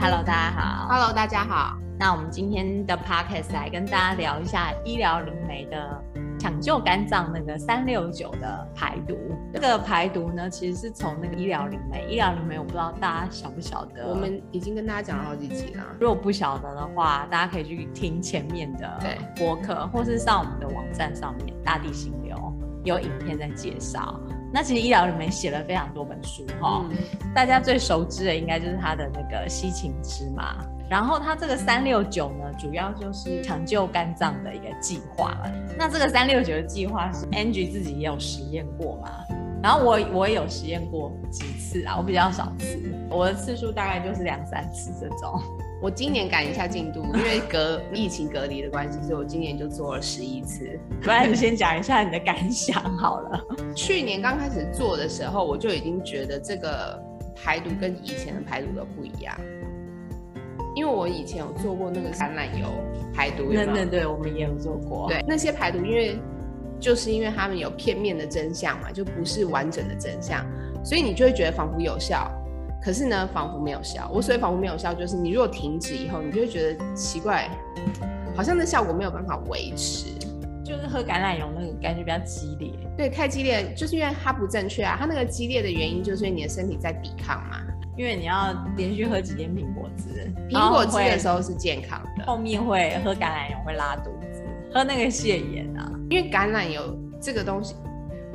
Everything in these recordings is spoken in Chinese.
Hello，大家好。 Hello，大家好。那我们今天的 Podcast 来跟大家聊一下医疗灵媒的抢救肝脏那个三六九的排毒。这个排毒呢，其实是从那个医疗灵媒。医疗灵媒我不知道大家晓不晓得。我们已经跟大家讲了好几集了。如果不晓得的话，大家可以去听前面的对播客，或是上我们的网站上面《大地心流》有影片在介绍。那其实医疗灵媒写了非常多本书哈、嗯，大家最熟知的应该就是它的那个西芹芝麻。然后它这个三六九呢，主要就是抢救肝脏的一个计划了。那这个三六九的计划是 Angie 自己也有实验过嘛？然后我我也有实验过几次啊，我比较少吃，我的次数大概就是两三次这种。我今年赶一下进度，因为隔疫情隔离的关系，所以我今年就做了十一次。不然你先讲一下你的感想好了。去年刚开始做的时候，我就已经觉得这个排毒跟以前的排毒都不一样，因为我以前有做过那个橄榄油排毒，有那没那有对我们也有做过，对，那些排毒，因为就是因为他们有片面的真相嘛，就不是完整的真相，所以你就会觉得仿佛有效，可是呢，仿佛没有效。我所以仿佛没有效，就是你如果停止以后，你就会觉得奇怪，好像那效果没有办法维持。就是喝橄榄油那个感觉比较激烈。对，太激烈，就是因为它不正确啊。它那个激烈的原因，就是因为你的身体在抵抗嘛。因为你要连续喝几天苹果汁，苹果汁的哦然后会时候是健康的，后面会喝橄榄油会拉肚子，喝那个泻盐啊，因为橄榄油这个东西，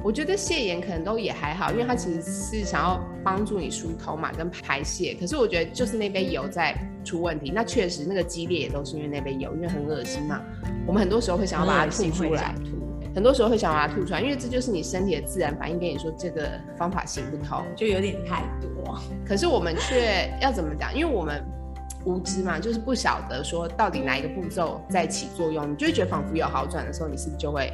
我觉得泻盐可能都也还好，因为它其实是想要帮助你疏通嘛，跟排泄。可是我觉得就是那杯油在出问题，那确实那个激烈也都是因为那杯油，因为很恶心嘛。我们很多时候会想要把它吐出来，吐，很多时候会想把它吐出来，因为这就是你身体的自然反应跟你说这个方法行不通。就有点太多。 可是我们却要怎么讲？因为我们无知嘛，就是不晓得说到底哪一个步骤在起作用，你就会觉得仿佛有好转的时候，你是不是就会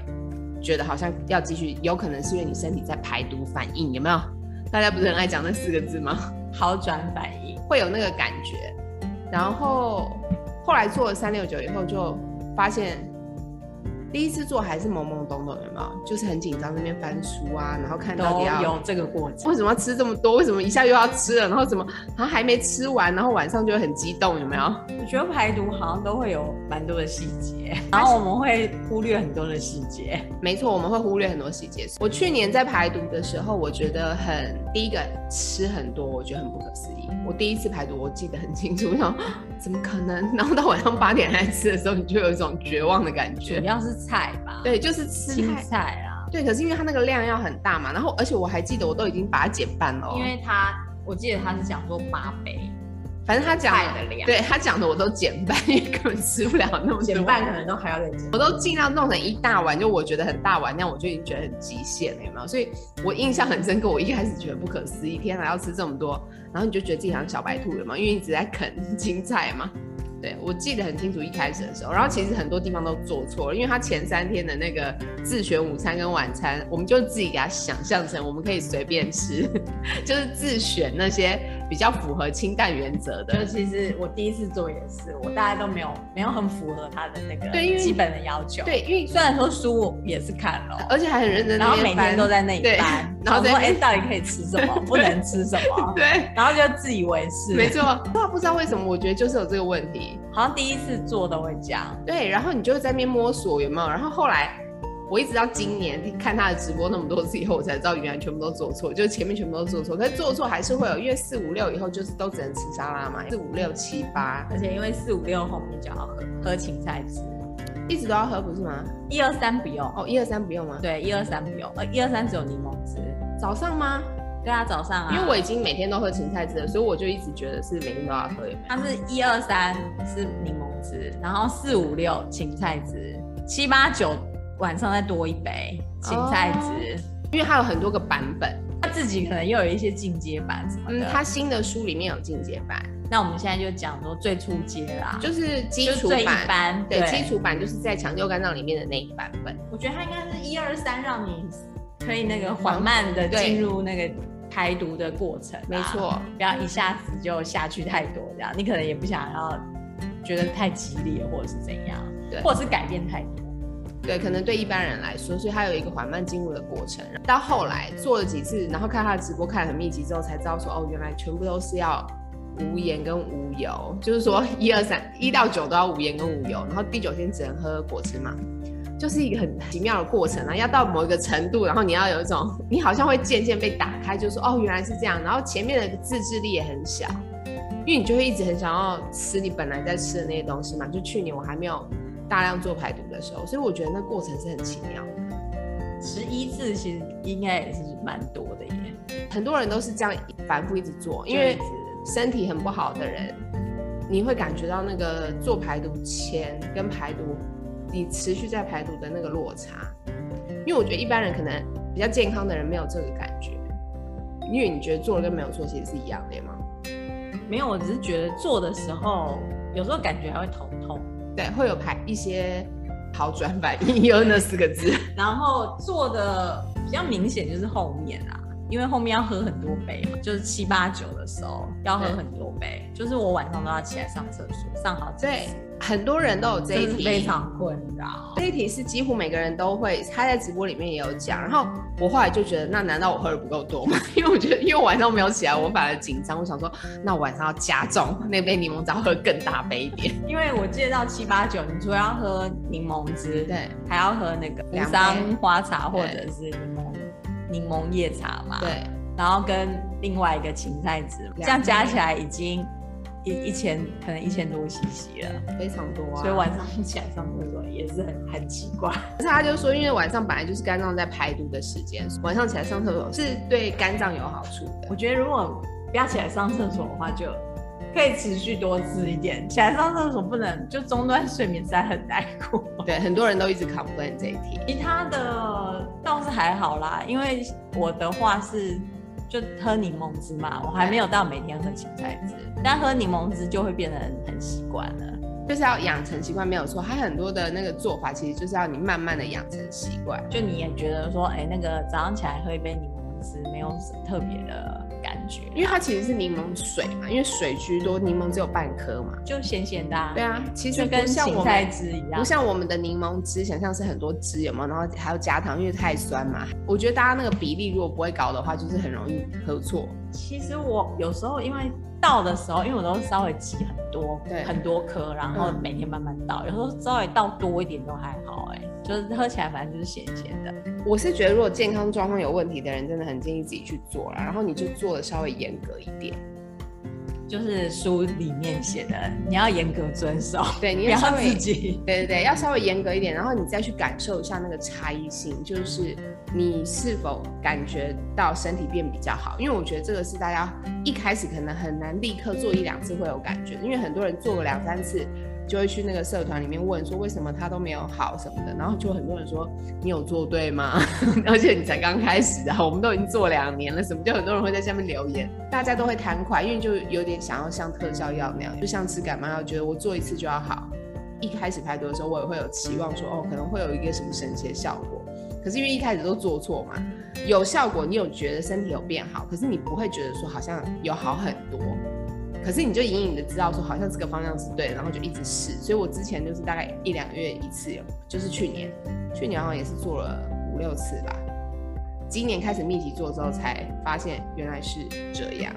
觉得好像要继续？有可能是因为你身体在排毒反应，有没有？大家不是很爱讲那四个字 吗？好转反应，会有那个感觉。然后后来做了三六九以后，就发现第一次做还是懵懵懂懂，有没有？就是很紧张，那边翻书啊，然后看到都底要有这个过程。为什么要吃这么多？为什么一下又要吃了？然后怎么，然后还没吃完，然后晚上就会很激动，有没有？我觉得排毒好像都会有蛮多的细节，嗯然后我们会忽略很多的细节。没错，我们会忽略很多细节。我去年在排毒的时候，我觉得很第一个吃很多，我觉得很不可思议。我第一次排毒，我记得很清楚，我想怎么可能？然后到晚上八点来吃的时候，你就有一种绝望的感主 觉。要是菜吧，，对，就是吃青太菜啊，对，可是因为它那个量要很大嘛，然后而且我还记得我都已经把它减半了哦、因为它我记得它是讲说八杯，反正他讲菜的量对他讲的我都减半，因为根本吃不了那么多。减半可能都还要再减。我都尽量弄成一大碗，就我觉得很大碗，那样我就已经觉得很极限了，有没有？所以我印象很深刻，我一开始觉得不可思议，天哪，要吃这么多，然后你就觉得自己好像小白兔了嘛，因为一直在啃 青菜嘛。对，我记得很清楚一开始的时候，然后其实很多地方都做错了，因为他前三天的那个自选午餐跟晚餐，我们就自己给他想象成我们可以随便吃， 就是自选那些比较符合清淡原则的就。其实我第一次做也是，我大概都没有没有很符合它的那个对因为基本的要求。，对，因为虽然说书我也是看了，而且还很认真，然后每天都。在那里对翻， 然后在想说那哎、边到底可以吃什 么，不能吃什么，对，然后就自以为是。没，错，那不知道为什么，我觉得就是有这个问题。好像第一次做都会这样。对，然后你就在那边摸索有没有，然后后来我一直到今年看他的直播那么多次以后，我才知道原来全部都做错，就是前面全部都做错，可是做错还是会有，因为四五六以后就是都只能吃沙拉嗯嘛，四五六七八而且因为四五六后面就要喝喝芹菜汁，一直都要喝不是吗？一二三不用，哦，一二三不用吗？对，一二三不用，呃，一二三只有柠檬汁。早上吗？对啊，早上啊，因为我已经每天都喝芹菜汁了，所以我就一直觉得是每天都要喝，有没有？它是一二三是柠檬汁，然后四五六芹菜汁，七八九晚上再多一杯芹哦菜汁。因为它有很多个版本，他自己可能又有一些进阶版什么嗯的。，它新的书里面有进阶版，那我们现在就讲说最初阶啊啦，就是基就础最一版。般，对，基。础版就是在抢救肝脏里面的那一版本。我觉得它应该是一二三，让你可以那个缓慢的对进入那个排毒的过程、啊没，错，不要一下子就下去太多这样，你可能也不想要觉得太激烈或者是怎样，对或者是改变太多。对，可能对一般人来说，所以它有一个缓慢进入的过程。到后来做了几次，然后看他的直播看得很密集之后，才知道说哦，原来全部都是要无盐跟无油，就是说一二三一到九都要无盐跟无油，然后第九天只能喝果汁嘛，就是一个很奇妙的过程啊。要到某一个程度，然后你要有一种你好像会渐渐被打开，就说哦原来是这样，然后前面的自制力也很小，因为你就会一直很想要吃你本来在吃的那些东西嘛。就去年我还没有大量做排毒的时候，所以我觉得那过程是很奇妙的。十一次其实应该也是蛮多的耶，很多人都是这样反复一直做，因就一为直身体很不好的人，你会感觉到那个做排毒前跟排毒，你持续在排毒的那个落差。因为我觉得一般人可能比较健康的人没有这个感觉，因为你觉得做了跟没有做其实是一样的嘛。没有，我只是觉得做的时候有时候感觉还会头痛，对，会有排一些好转反应， 又那四个字。然后做的比较明显就是后面啊，因为后面要喝很多杯，就是七八九的时候要喝对很多杯，就是我晚上都要起来上厕所，上好几对次，，很多人都有这这一是 题，非常困扰。这一题是几乎每个人都会，他在直播里面也有讲。然后我后来就觉得，那难道我喝的不够多吗？ 因为我觉得，因为我晚上没有起来，我反而紧张。我想说，那我晚上要加重那杯柠檬汁，要喝更大杯一点。 因为我记得到七八九，你除了要喝柠檬汁，对还要喝那个两扶杯桑花茶或者是柠檬柠檬叶茶嘛，，对，然后跟另外一个芹菜汁，杯这样加起来已经一一千可能一千多 CC 了，非常多啊。所以晚上起来上厕所也是很很奇怪。可是他就说，因为晚上本来就是肝脏在排毒的时间，晚上起来上厕所是对肝脏有好处的。我觉得如果不要起来上厕所的话，就可以持续多吃一点。起来上厕所不能就中断睡眠，实在很难过。对，很多人都一直 complain 这一题。其他的倒是还好啦，因为我的话是就喝柠檬汁嘛，我还没有到每天喝芹菜汁，但喝柠檬汁就会变得很很习惯了。就是要养成习惯没有错，它很多的那个做法其实就是要你慢慢的养成习惯。就你也觉得说，哎、那个早上起来喝一杯柠檬汁没有什么特别的感觉，因为它其实是柠檬水嘛，因为水居多，柠檬只有半颗嘛。就咸咸的、啊对，啊，其实就不跟像我芹菜们汁一样不。像我们的柠檬汁，想象是很多汁有没有？然后还要加糖，因为太酸嘛。我觉得大家那个比例如果不会搞的话，就是很容易喝错。其实我有时候因为倒的时候，因为我都稍微挤很多，对很多颗，然后嗯每天慢慢倒，有时候稍微倒多一点都还好、哎，就是喝起来反正就是咸咸的。我是觉得如果健康状况有问题的人，真的很建议自己去做啦。然后你就做的稍微严格一点，就是书里面写的，你要严格遵守，对，不你要稍微自己。对对对，要稍微严格一点，然后你再去感受一下那个差异性，就是你是否感觉到身体变比较好。因为我觉得这个是大家一开始可能很难立刻做一两次会有感觉，因为很多人做个两三次就会去那个社团里面问说为什么他都没有好什么的，然后就很多人说你有做对吗？ 而且你才刚开始啊，我们都已经做两年了，什么就很多人会在下面留言，大家都会贪快，因为就有点想要像特效药那样，就像吃感冒药，觉得我做一次就要好。一开始排毒的时候，我也会有期望说，哦，可能会有一个什么神奇的效果。可是因为一开始都做错嘛，有效果，你有觉得身体有变好，可是你不会觉得说好像有好很多。可是你就隐隐的知道说，好像这个方向是对的，然后就一直试。所以我之前就是大概一两个月一次，有，就是去年，去年好像也是做了五六次吧。今年开始密集做之后，才发现原来是这样。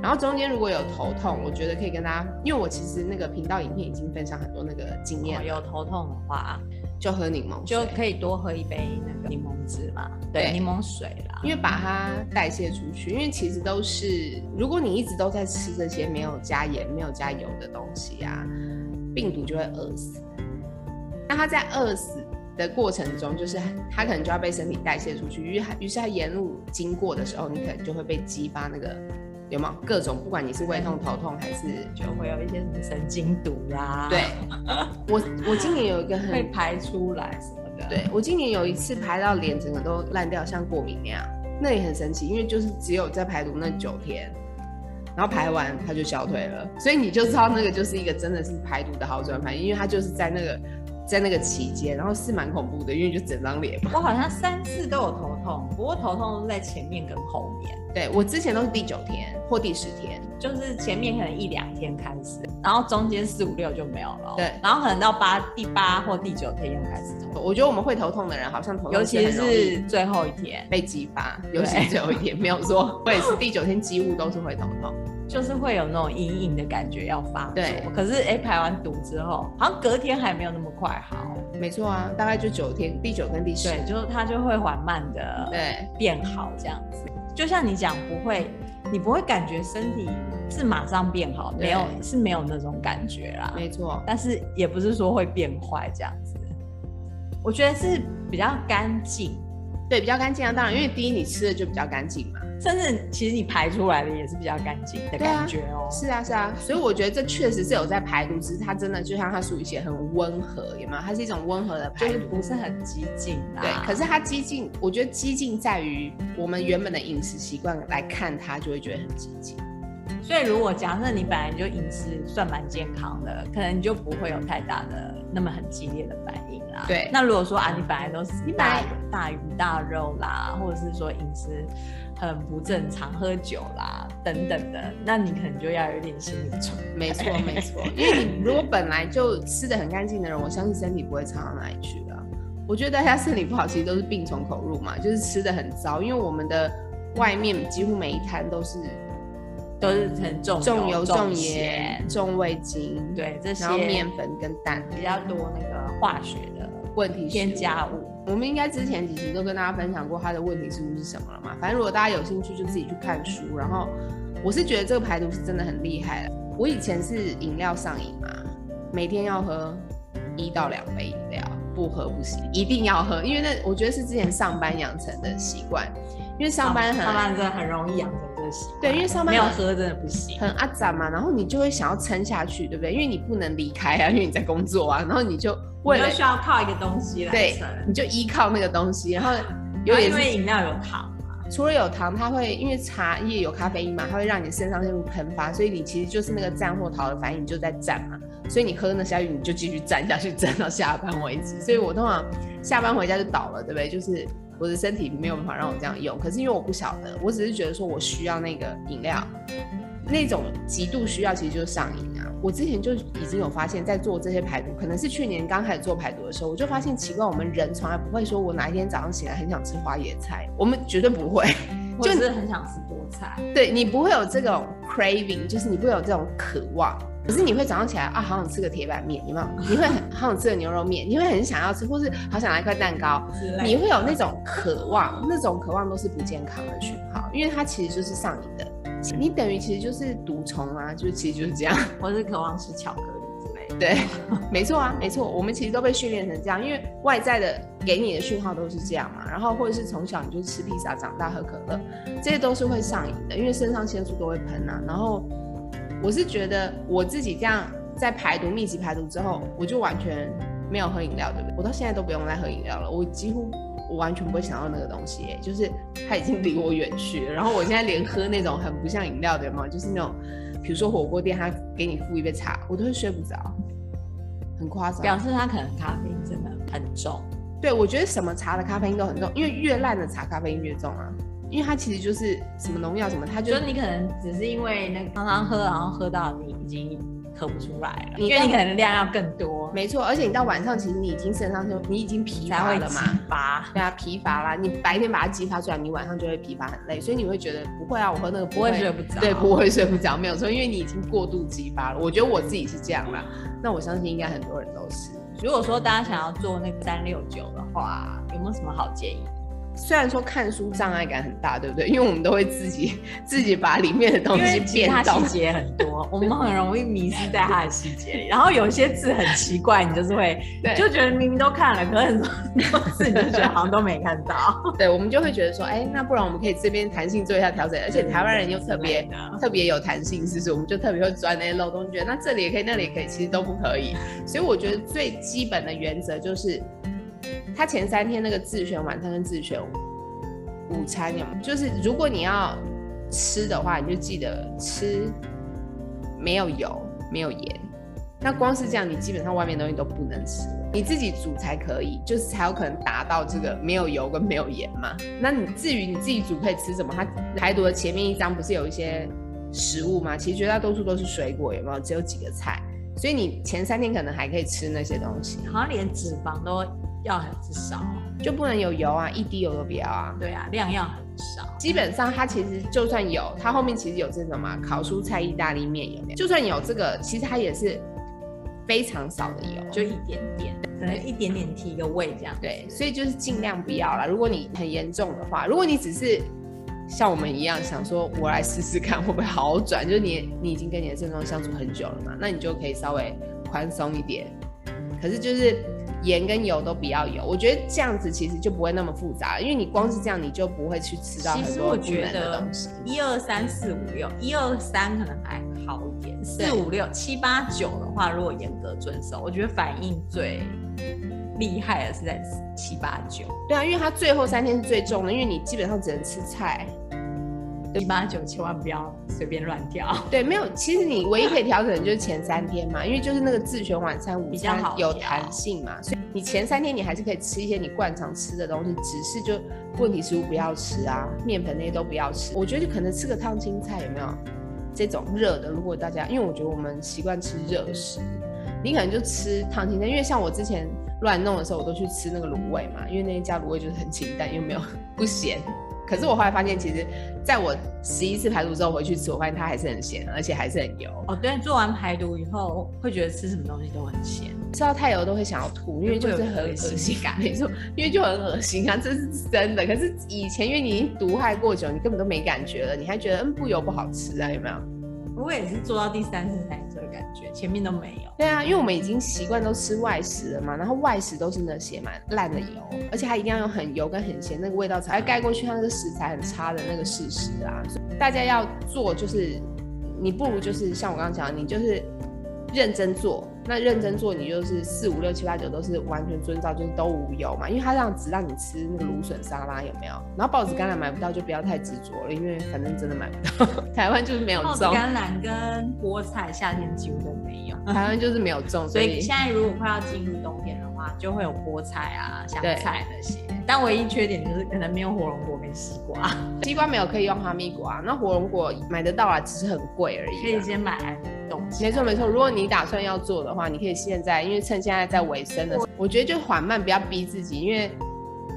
然后中间如果有头痛，我觉得可以跟大家，因为我其实那个频道影片已经分享很多那个经验了，哦有头痛的话，就喝柠檬就水，可以多喝一杯那个柠檬汁嘛，对，对柠檬水啦。因为把它代谢出去。因为其实都是，如果你一直都在吃这些没有加盐、没有加油的东西啊，病毒就会饿死。那它在饿死的过程中，就是它可能就要被身体代谢出去，于它于是它沿路经过的时候，你可能就会被激发那个有没有各种，不管你是胃痛、头痛还是就会有一些什么神经毒啦，对，我我今年有一个会很，排出来什么的。，对我今年有一次排到脸整个都烂掉，像过敏那样，那也很神奇，因为就是只有在排毒那九天，然后排完它就消退了，所以你就知道那个就是一个真的是排毒的好转反应，因为它就是在那个在那个期间，然后是蛮恐怖的，因为就整张脸嘛。我好像三次都有头痛，不过头痛都是在前面跟后面，对我之前都是第九天或第十天，就是前面可能一两天开始，然后中间四五六就没有了。哦对然后可能到八第八或第九天又开始头痛，我觉得我们会头痛的人好像头痛尤其哦很容易是最后一天。被激发，尤其最后一点没有说，我也是第九天几乎都是会头痛。就是会有那种隐隐的感觉要发作。对可是哎、排完毒之后，好像隔天还没有那么快好。没错啊，大概就九天，第九跟第十。对，就是它就会缓慢的对变好这样子。就像你讲，不会，你不会感觉身体是马上变好，对没有是没有那种感觉啦。没错，但是也不是说会变坏这样子。我觉得是比较干净，对，比较干净啊。当然，因为第一你吃的就比较干净嘛。甚至其实你排出来的也是比较干净的对啊感觉哦。是啊，是啊。所以我觉得这确实是有在排毒，只是它真的就像它属于写很温和，有没有？它是一种温和的就排是啊毒。不是很激进啦。对，可是它激进，我觉得激进在于我们原本的饮食习惯来看它，就会觉得很激进。所以如果假设你本来就饮食算蛮健康的，可能你就不会有太大的那么很激烈的反应啦。对那如果说啊，你本来都是你本大来大鱼大肉啦，或者是说饮食很不正常，喝酒啦等等的，那你可能就要有点心理准备。没错，没错。因为你如果本来就吃的很干净的人，我相信身体不会差到哪里去的啊。我觉得大家身体不好，其实都是病从口入嘛，就是吃的很糟。因为我们的外面几乎每一摊都是都是很重重油、重重盐、咸重味精，，对这些然后面粉跟蛋比较多那个化学的问题添食物加物。我们应该之前几集都跟大家分享过它的问题是不是什么了嘛？反正如果大家有兴趣，就自己去看书。然后我是觉得这个排毒是真的很厉害了。我以前是饮料上瘾嘛，每天要喝一到两杯饮料，不喝不行，一定要喝，因为那我觉得是之前上班养成的习惯，因为上班很上班真的很容易养成这个习惯。对，因为上班没有很喝真的不行。很阿杂嘛，然后你就会想要撑下去，对不对？因为你不能离开啊，因为你在工作啊，然后你就我为了就需要靠一个东西来对撑。，你就依靠那个东西，然后有然后点因为饮料有糖，除了有糖，它会因为茶叶有咖啡因嘛，它会让你肾上腺素喷发，所以你其实就是那个战或逃的反应，你就在战嘛。所以你喝那下去，你就继续战下去，战到下班为止。所以我通常下班回家就倒了，对不对？就是我的身体没有办法让我这样用，可是因为我不晓得，我只是觉得说我需要那个饮料，那种极度需要，其实就是上瘾啊。我之前就已经有发现，在做这些排毒，可能是去年刚开始做排毒的时候，我就发现奇怪，我们人从来不会说我哪一天早上醒来很想吃花椰菜，我们绝对不会。我就只是很想吃菠菜。对你不会有这种 craving，就是你不会有这种渴望，可是你会早上起来啊，好想吃个铁板面，有没有？你会很好想吃个牛肉面，你会很想要吃，或是好想来块蛋糕，之类的你会有那种渴望，那种渴望都是不健康的讯号，因为它其实就是上瘾的。你等于其实就是毒虫啊，就其实就是这样。 我是渴望吃巧克力之类的。对，没错啊，没错，我们其实都被训练成这样，因为外在的给你的讯号都是这样嘛，然后或者是从小你就吃披萨，长大喝可乐，这些都是会上瘾的，因为肾上腺素都会喷啊。然后我是觉得我自己这样在排毒、密集排毒之后，我就完全没有喝饮料，对不对？我到现在都不用再喝饮料了，我几乎。我完全不会想到那个东西、就是它已经离我远去了。然后我现在连喝那种很不像饮料的嘛，就是那种，比如说火锅店，它给你附一杯茶，我都会睡不着，很夸张。表示它可能咖啡因真的很重，对，我觉得什么茶的咖啡因都很重，因为越烂的茶咖啡因越重啊，因为它其实就是什么农药什么，它就就是你可能只是因为那个常常喝，然后喝到你已经喝不出来了，你因为你可能量要更多，没错。而且你到晚上，其实你已经肾上腺，你已经疲才乏会了嘛激，发。对啊，疲乏啦。你白天把它激发出来，你晚上就会疲乏很累，所以你会觉得不会啊，我喝那个不不会会睡不着，对，不会睡不着，没有错，因为你已经过度激发了。我觉得我自己是这样啦，那我相信应该很多人都是。如果说大家想要做那个三六九的话，有没有什么好建议？虽然说看书障碍感很大，对不对？因为我们都会自己自己把里面的东因为西其变他动细。节很多， 我们很容易迷失在它的细节里。然后有些字很奇怪，你就是会对就觉得明明都看了，可是很多字你就觉得好像都没看到。对，我们就会觉得说，哎，那不然我们可以这边弹性做一下调整，而且台湾人 又特别之类的特别有弹性，是不是？我们就特别会钻那些漏洞，觉得那这里也可以，那里也可以，其实都不可以。所以我觉得最基本的原则就是，他前三天那个自选晚餐跟自选午餐有没有，就是如果你要吃的话，你就记得吃没有油，没有盐。那光是这样，你基本上外面的东西都不能吃了，你自己煮才可以，就是才有可能达到这个没有油跟没有盐嘛。那你至于你自己煮可以吃什么，它排毒的前面一章不是有一些食物吗？其实绝大多数都是水果，有没有？只有几个菜，所以你前三天可能还可以吃那些东西，好像连脂肪都要很少，就不能有油啊，一滴油都不要啊。对啊，量要很少。基本上它其实就算有，它后面其实有这种嘛，烤蔬菜意大利面有，就算有这个，其实它也是非常少的油，就一点点，可能一点点提个味这样。对，所以就是尽量不要啦。如果你很严重的话，如果你只是像我们一样想说，我来试试看会不会好转，就是你你已经跟你的症状相处很久了嘛，那你就可以稍微宽松一点。可是就是盐跟油都不要有，我觉得这样子其实就不会那么复杂，因为你光是这样你就不会去吃到其很实多我不能觉的得东西。一二三四五六，一二三可能还好一点，对四五六七八九的话，如果严格遵守，我觉得反应最厉害的是在七八九，对啊，因为它最后三天是最重的，因为你基本上只能吃菜。七八九千万不要随便乱跳。对，没有，其实你唯一可以调整的就是前三天嘛，因为就是那个自选晚餐午比较餐好有调弹性嘛，所以你前三天你还是可以吃一些你惯常吃的东西，只是就问题食物不要吃啊，面粉那些都不要吃。我觉得可能吃个烫青菜有没有？这种热的，如果大家，因为我觉得我们习惯吃热食，你可能就吃烫青菜，因为像我之前乱弄的时候，我都去吃那个卤味嘛，因为那一家卤味就是很清淡，又没有不咸。可是我后来发现，其实在我十一次排毒之后回去吃，我发现它还是很咸，而且还是很油， 哦，对，做完排毒以后，会觉得吃什么东西都很咸。吃到太油都会想要吐，因为就是很恶心感，没错，因为就很恶心啊，这是真的。可是以前因为你已经毒害过久，你根本都没感觉了，你还觉得嗯不油不好吃啊，有没有？我也是做到第三次才有这个感觉，前面都没有。对啊，因为我们已经习惯都吃外食了嘛，然后外食都是那些嘛烂的油，而且它一定要用很油跟很咸那个味道才会哎盖过去它那个食材很差的那个事实啊。所以大家要做就是，你不如就是像我刚刚讲的，你就是认真做。那认真做，你就是四五六七八九都是完全遵照，就是都无油嘛，因为它这样只让你吃那个芦笋沙拉有没有？然后豹子干榄买不到就不要太执着了，因为反正真的买不到， 台湾就是没有泡子种，甘蓝跟菠菜夏天几乎都没有，台湾就是没有种，所以现在如果快要进入冬天的话，就会有菠菜啊、香菜那些。但唯一缺点就是可能没啊有火龙果跟西瓜，西瓜没有可以用哈密果啊，那火龙果买得到啊，只是很贵而可已以啊、先买来冻起来没错没错，如果你打算要做的话，你可以现在，因为趁现在在尾声的时候，我觉得就缓慢，不要逼自己，因为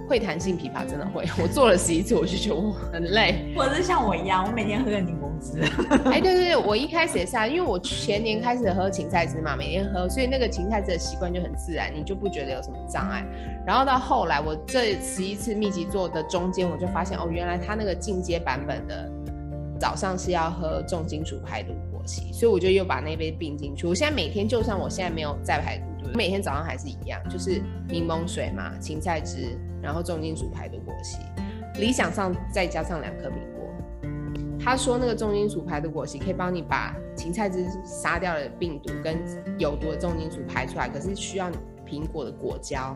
会弹性枇杷真的会。我做了十一次，我就觉得我很累。或者是像我一样，我每天喝个柠檬汁， 哎，对对对，我一开始也是啊，因为我前年开始喝芹菜汁嘛，每天喝，所以那个芹菜汁的习惯就很自然，你就不觉得有什么障碍。然后到后来，我这十一次密集做的中间，我就发现哦，原来它那个进阶版本的早上是要喝重金属排毒果昔，所以我就又把那杯并进去。我现在每天，就算我现在没有再排毒，对不对每天早上还是一样，就是柠檬水嘛、芹菜汁，然后重金属排毒果昔，理想上再加上两颗苹果。他说那个重金属排毒果昔可以帮你把芹菜汁杀掉的病毒跟有毒的重金属排出来，可是需要苹果的果胶。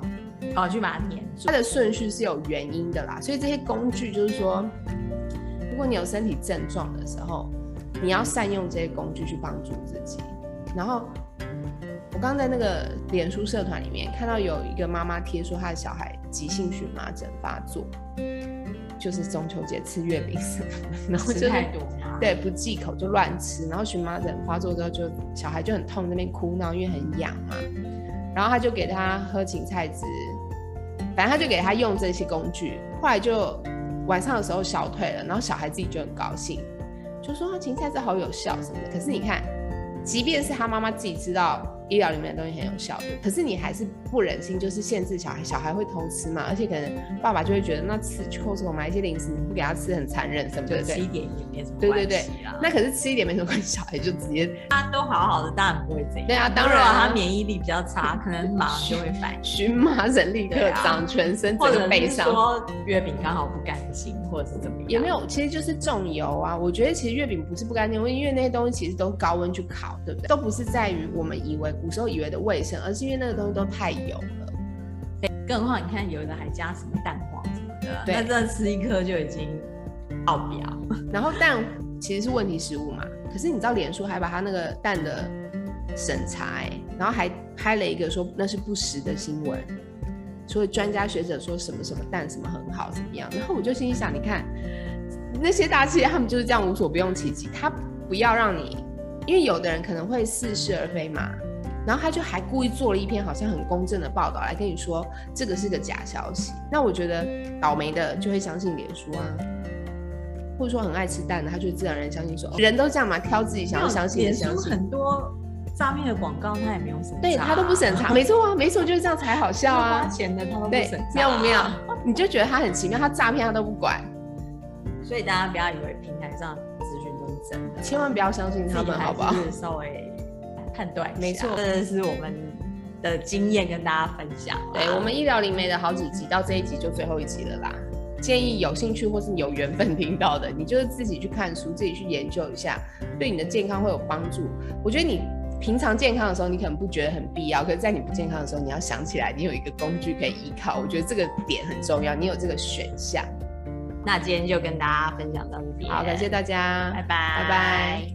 然后去把它黏住它。的顺序是有原因的啦，所以这些工具就是说，如果你有身体症状的时候，你要善用这些工具去帮助自己。然后我刚刚在那个脸书社团里面看到有一个妈妈贴说她的小孩急性荨麻疹发作，就是中秋节吃月饼什么的，然后就吃是太多吗？对，不忌口就乱吃，然后荨麻疹发作之后就小孩就很痛，在那边哭闹，因为很痒嘛。然后他就给他喝芹菜汁，反正他就给他用这些工具。后来就晚上的时候消退了，然后小孩自己就很高兴，就说啊芹菜汁好有效什么的。可是你看，即便是他妈妈自己知道医疗里面的东西很有效的，可是你还是不忍心，就是限制小孩，小孩会偷吃嘛，而且可能爸爸就会觉得那吃去 Costco 买一些零食，你不给他吃很残忍什么就的，对不对吃一点也没什么对对关对系啊。那可是吃一点没什么关系，小孩就直接大家都好好的，当然不会这样。对啊当然如果啊他免疫力比较差，可能马上就会反应。荨麻疹立刻对啊长全 身，或整者个背是上。说月饼刚好不干净，或者是怎么样？也没有，其实就是重油啊。我觉得其实月饼不是不干净，因为那些东西其实都高温去烤，对不对？都不是在于我们以为古时候以为的卫生，而是因为那个东西都太油了。更何况你看有的还加什么蛋黄什么的，对那真的吃一颗就已经爆表。然后蛋其实是问题食物嘛，可是你知道脸书还把它那个蛋的审查、欸，然后还拍了一个说那是不实的新闻，说专家学者说什么什么蛋什么很好怎么样，然后我就心里想，你看那些大企业他们就是这样无所不用其极，他不要让你，因为有的人可能会似是而非嘛。然后他就还故意做了一篇好像很公正的报道来跟你说这个是个假消息，那我觉得倒霉的就会相信脸书啊，或者说很爱吃蛋的，他就自然而然相信说，哦人都这样嘛，挑自己想要相信的脸相书信。很多诈骗的广告，他也没有审查啊，对他都不审查，没错啊，没错，就是这样才好笑花啊。钱的他都不对审，查，妙不妙？？你就觉得他很奇妙，他诈骗他都不管，所以大家不要以为平台上资讯都是真的，千万不要相信他们，好不好自己？还是稍微判断一下，没错这是我们的经验跟大家分享啊。对我们医疗灵媒的好几集，到这一集就最后一集了啦。建议有兴趣或是有缘分听到的，你就是自己去看书，自己去研究一下，对你的健康会有帮助。我觉得你平常健康的时候，你可能不觉得很必要，可是在你不健康的时候，你要想起来，你有一个工具可以依靠。我觉得这个点很重要，你有这个选项。那今天就跟大家分享到这边，好，感谢大家，拜拜，拜拜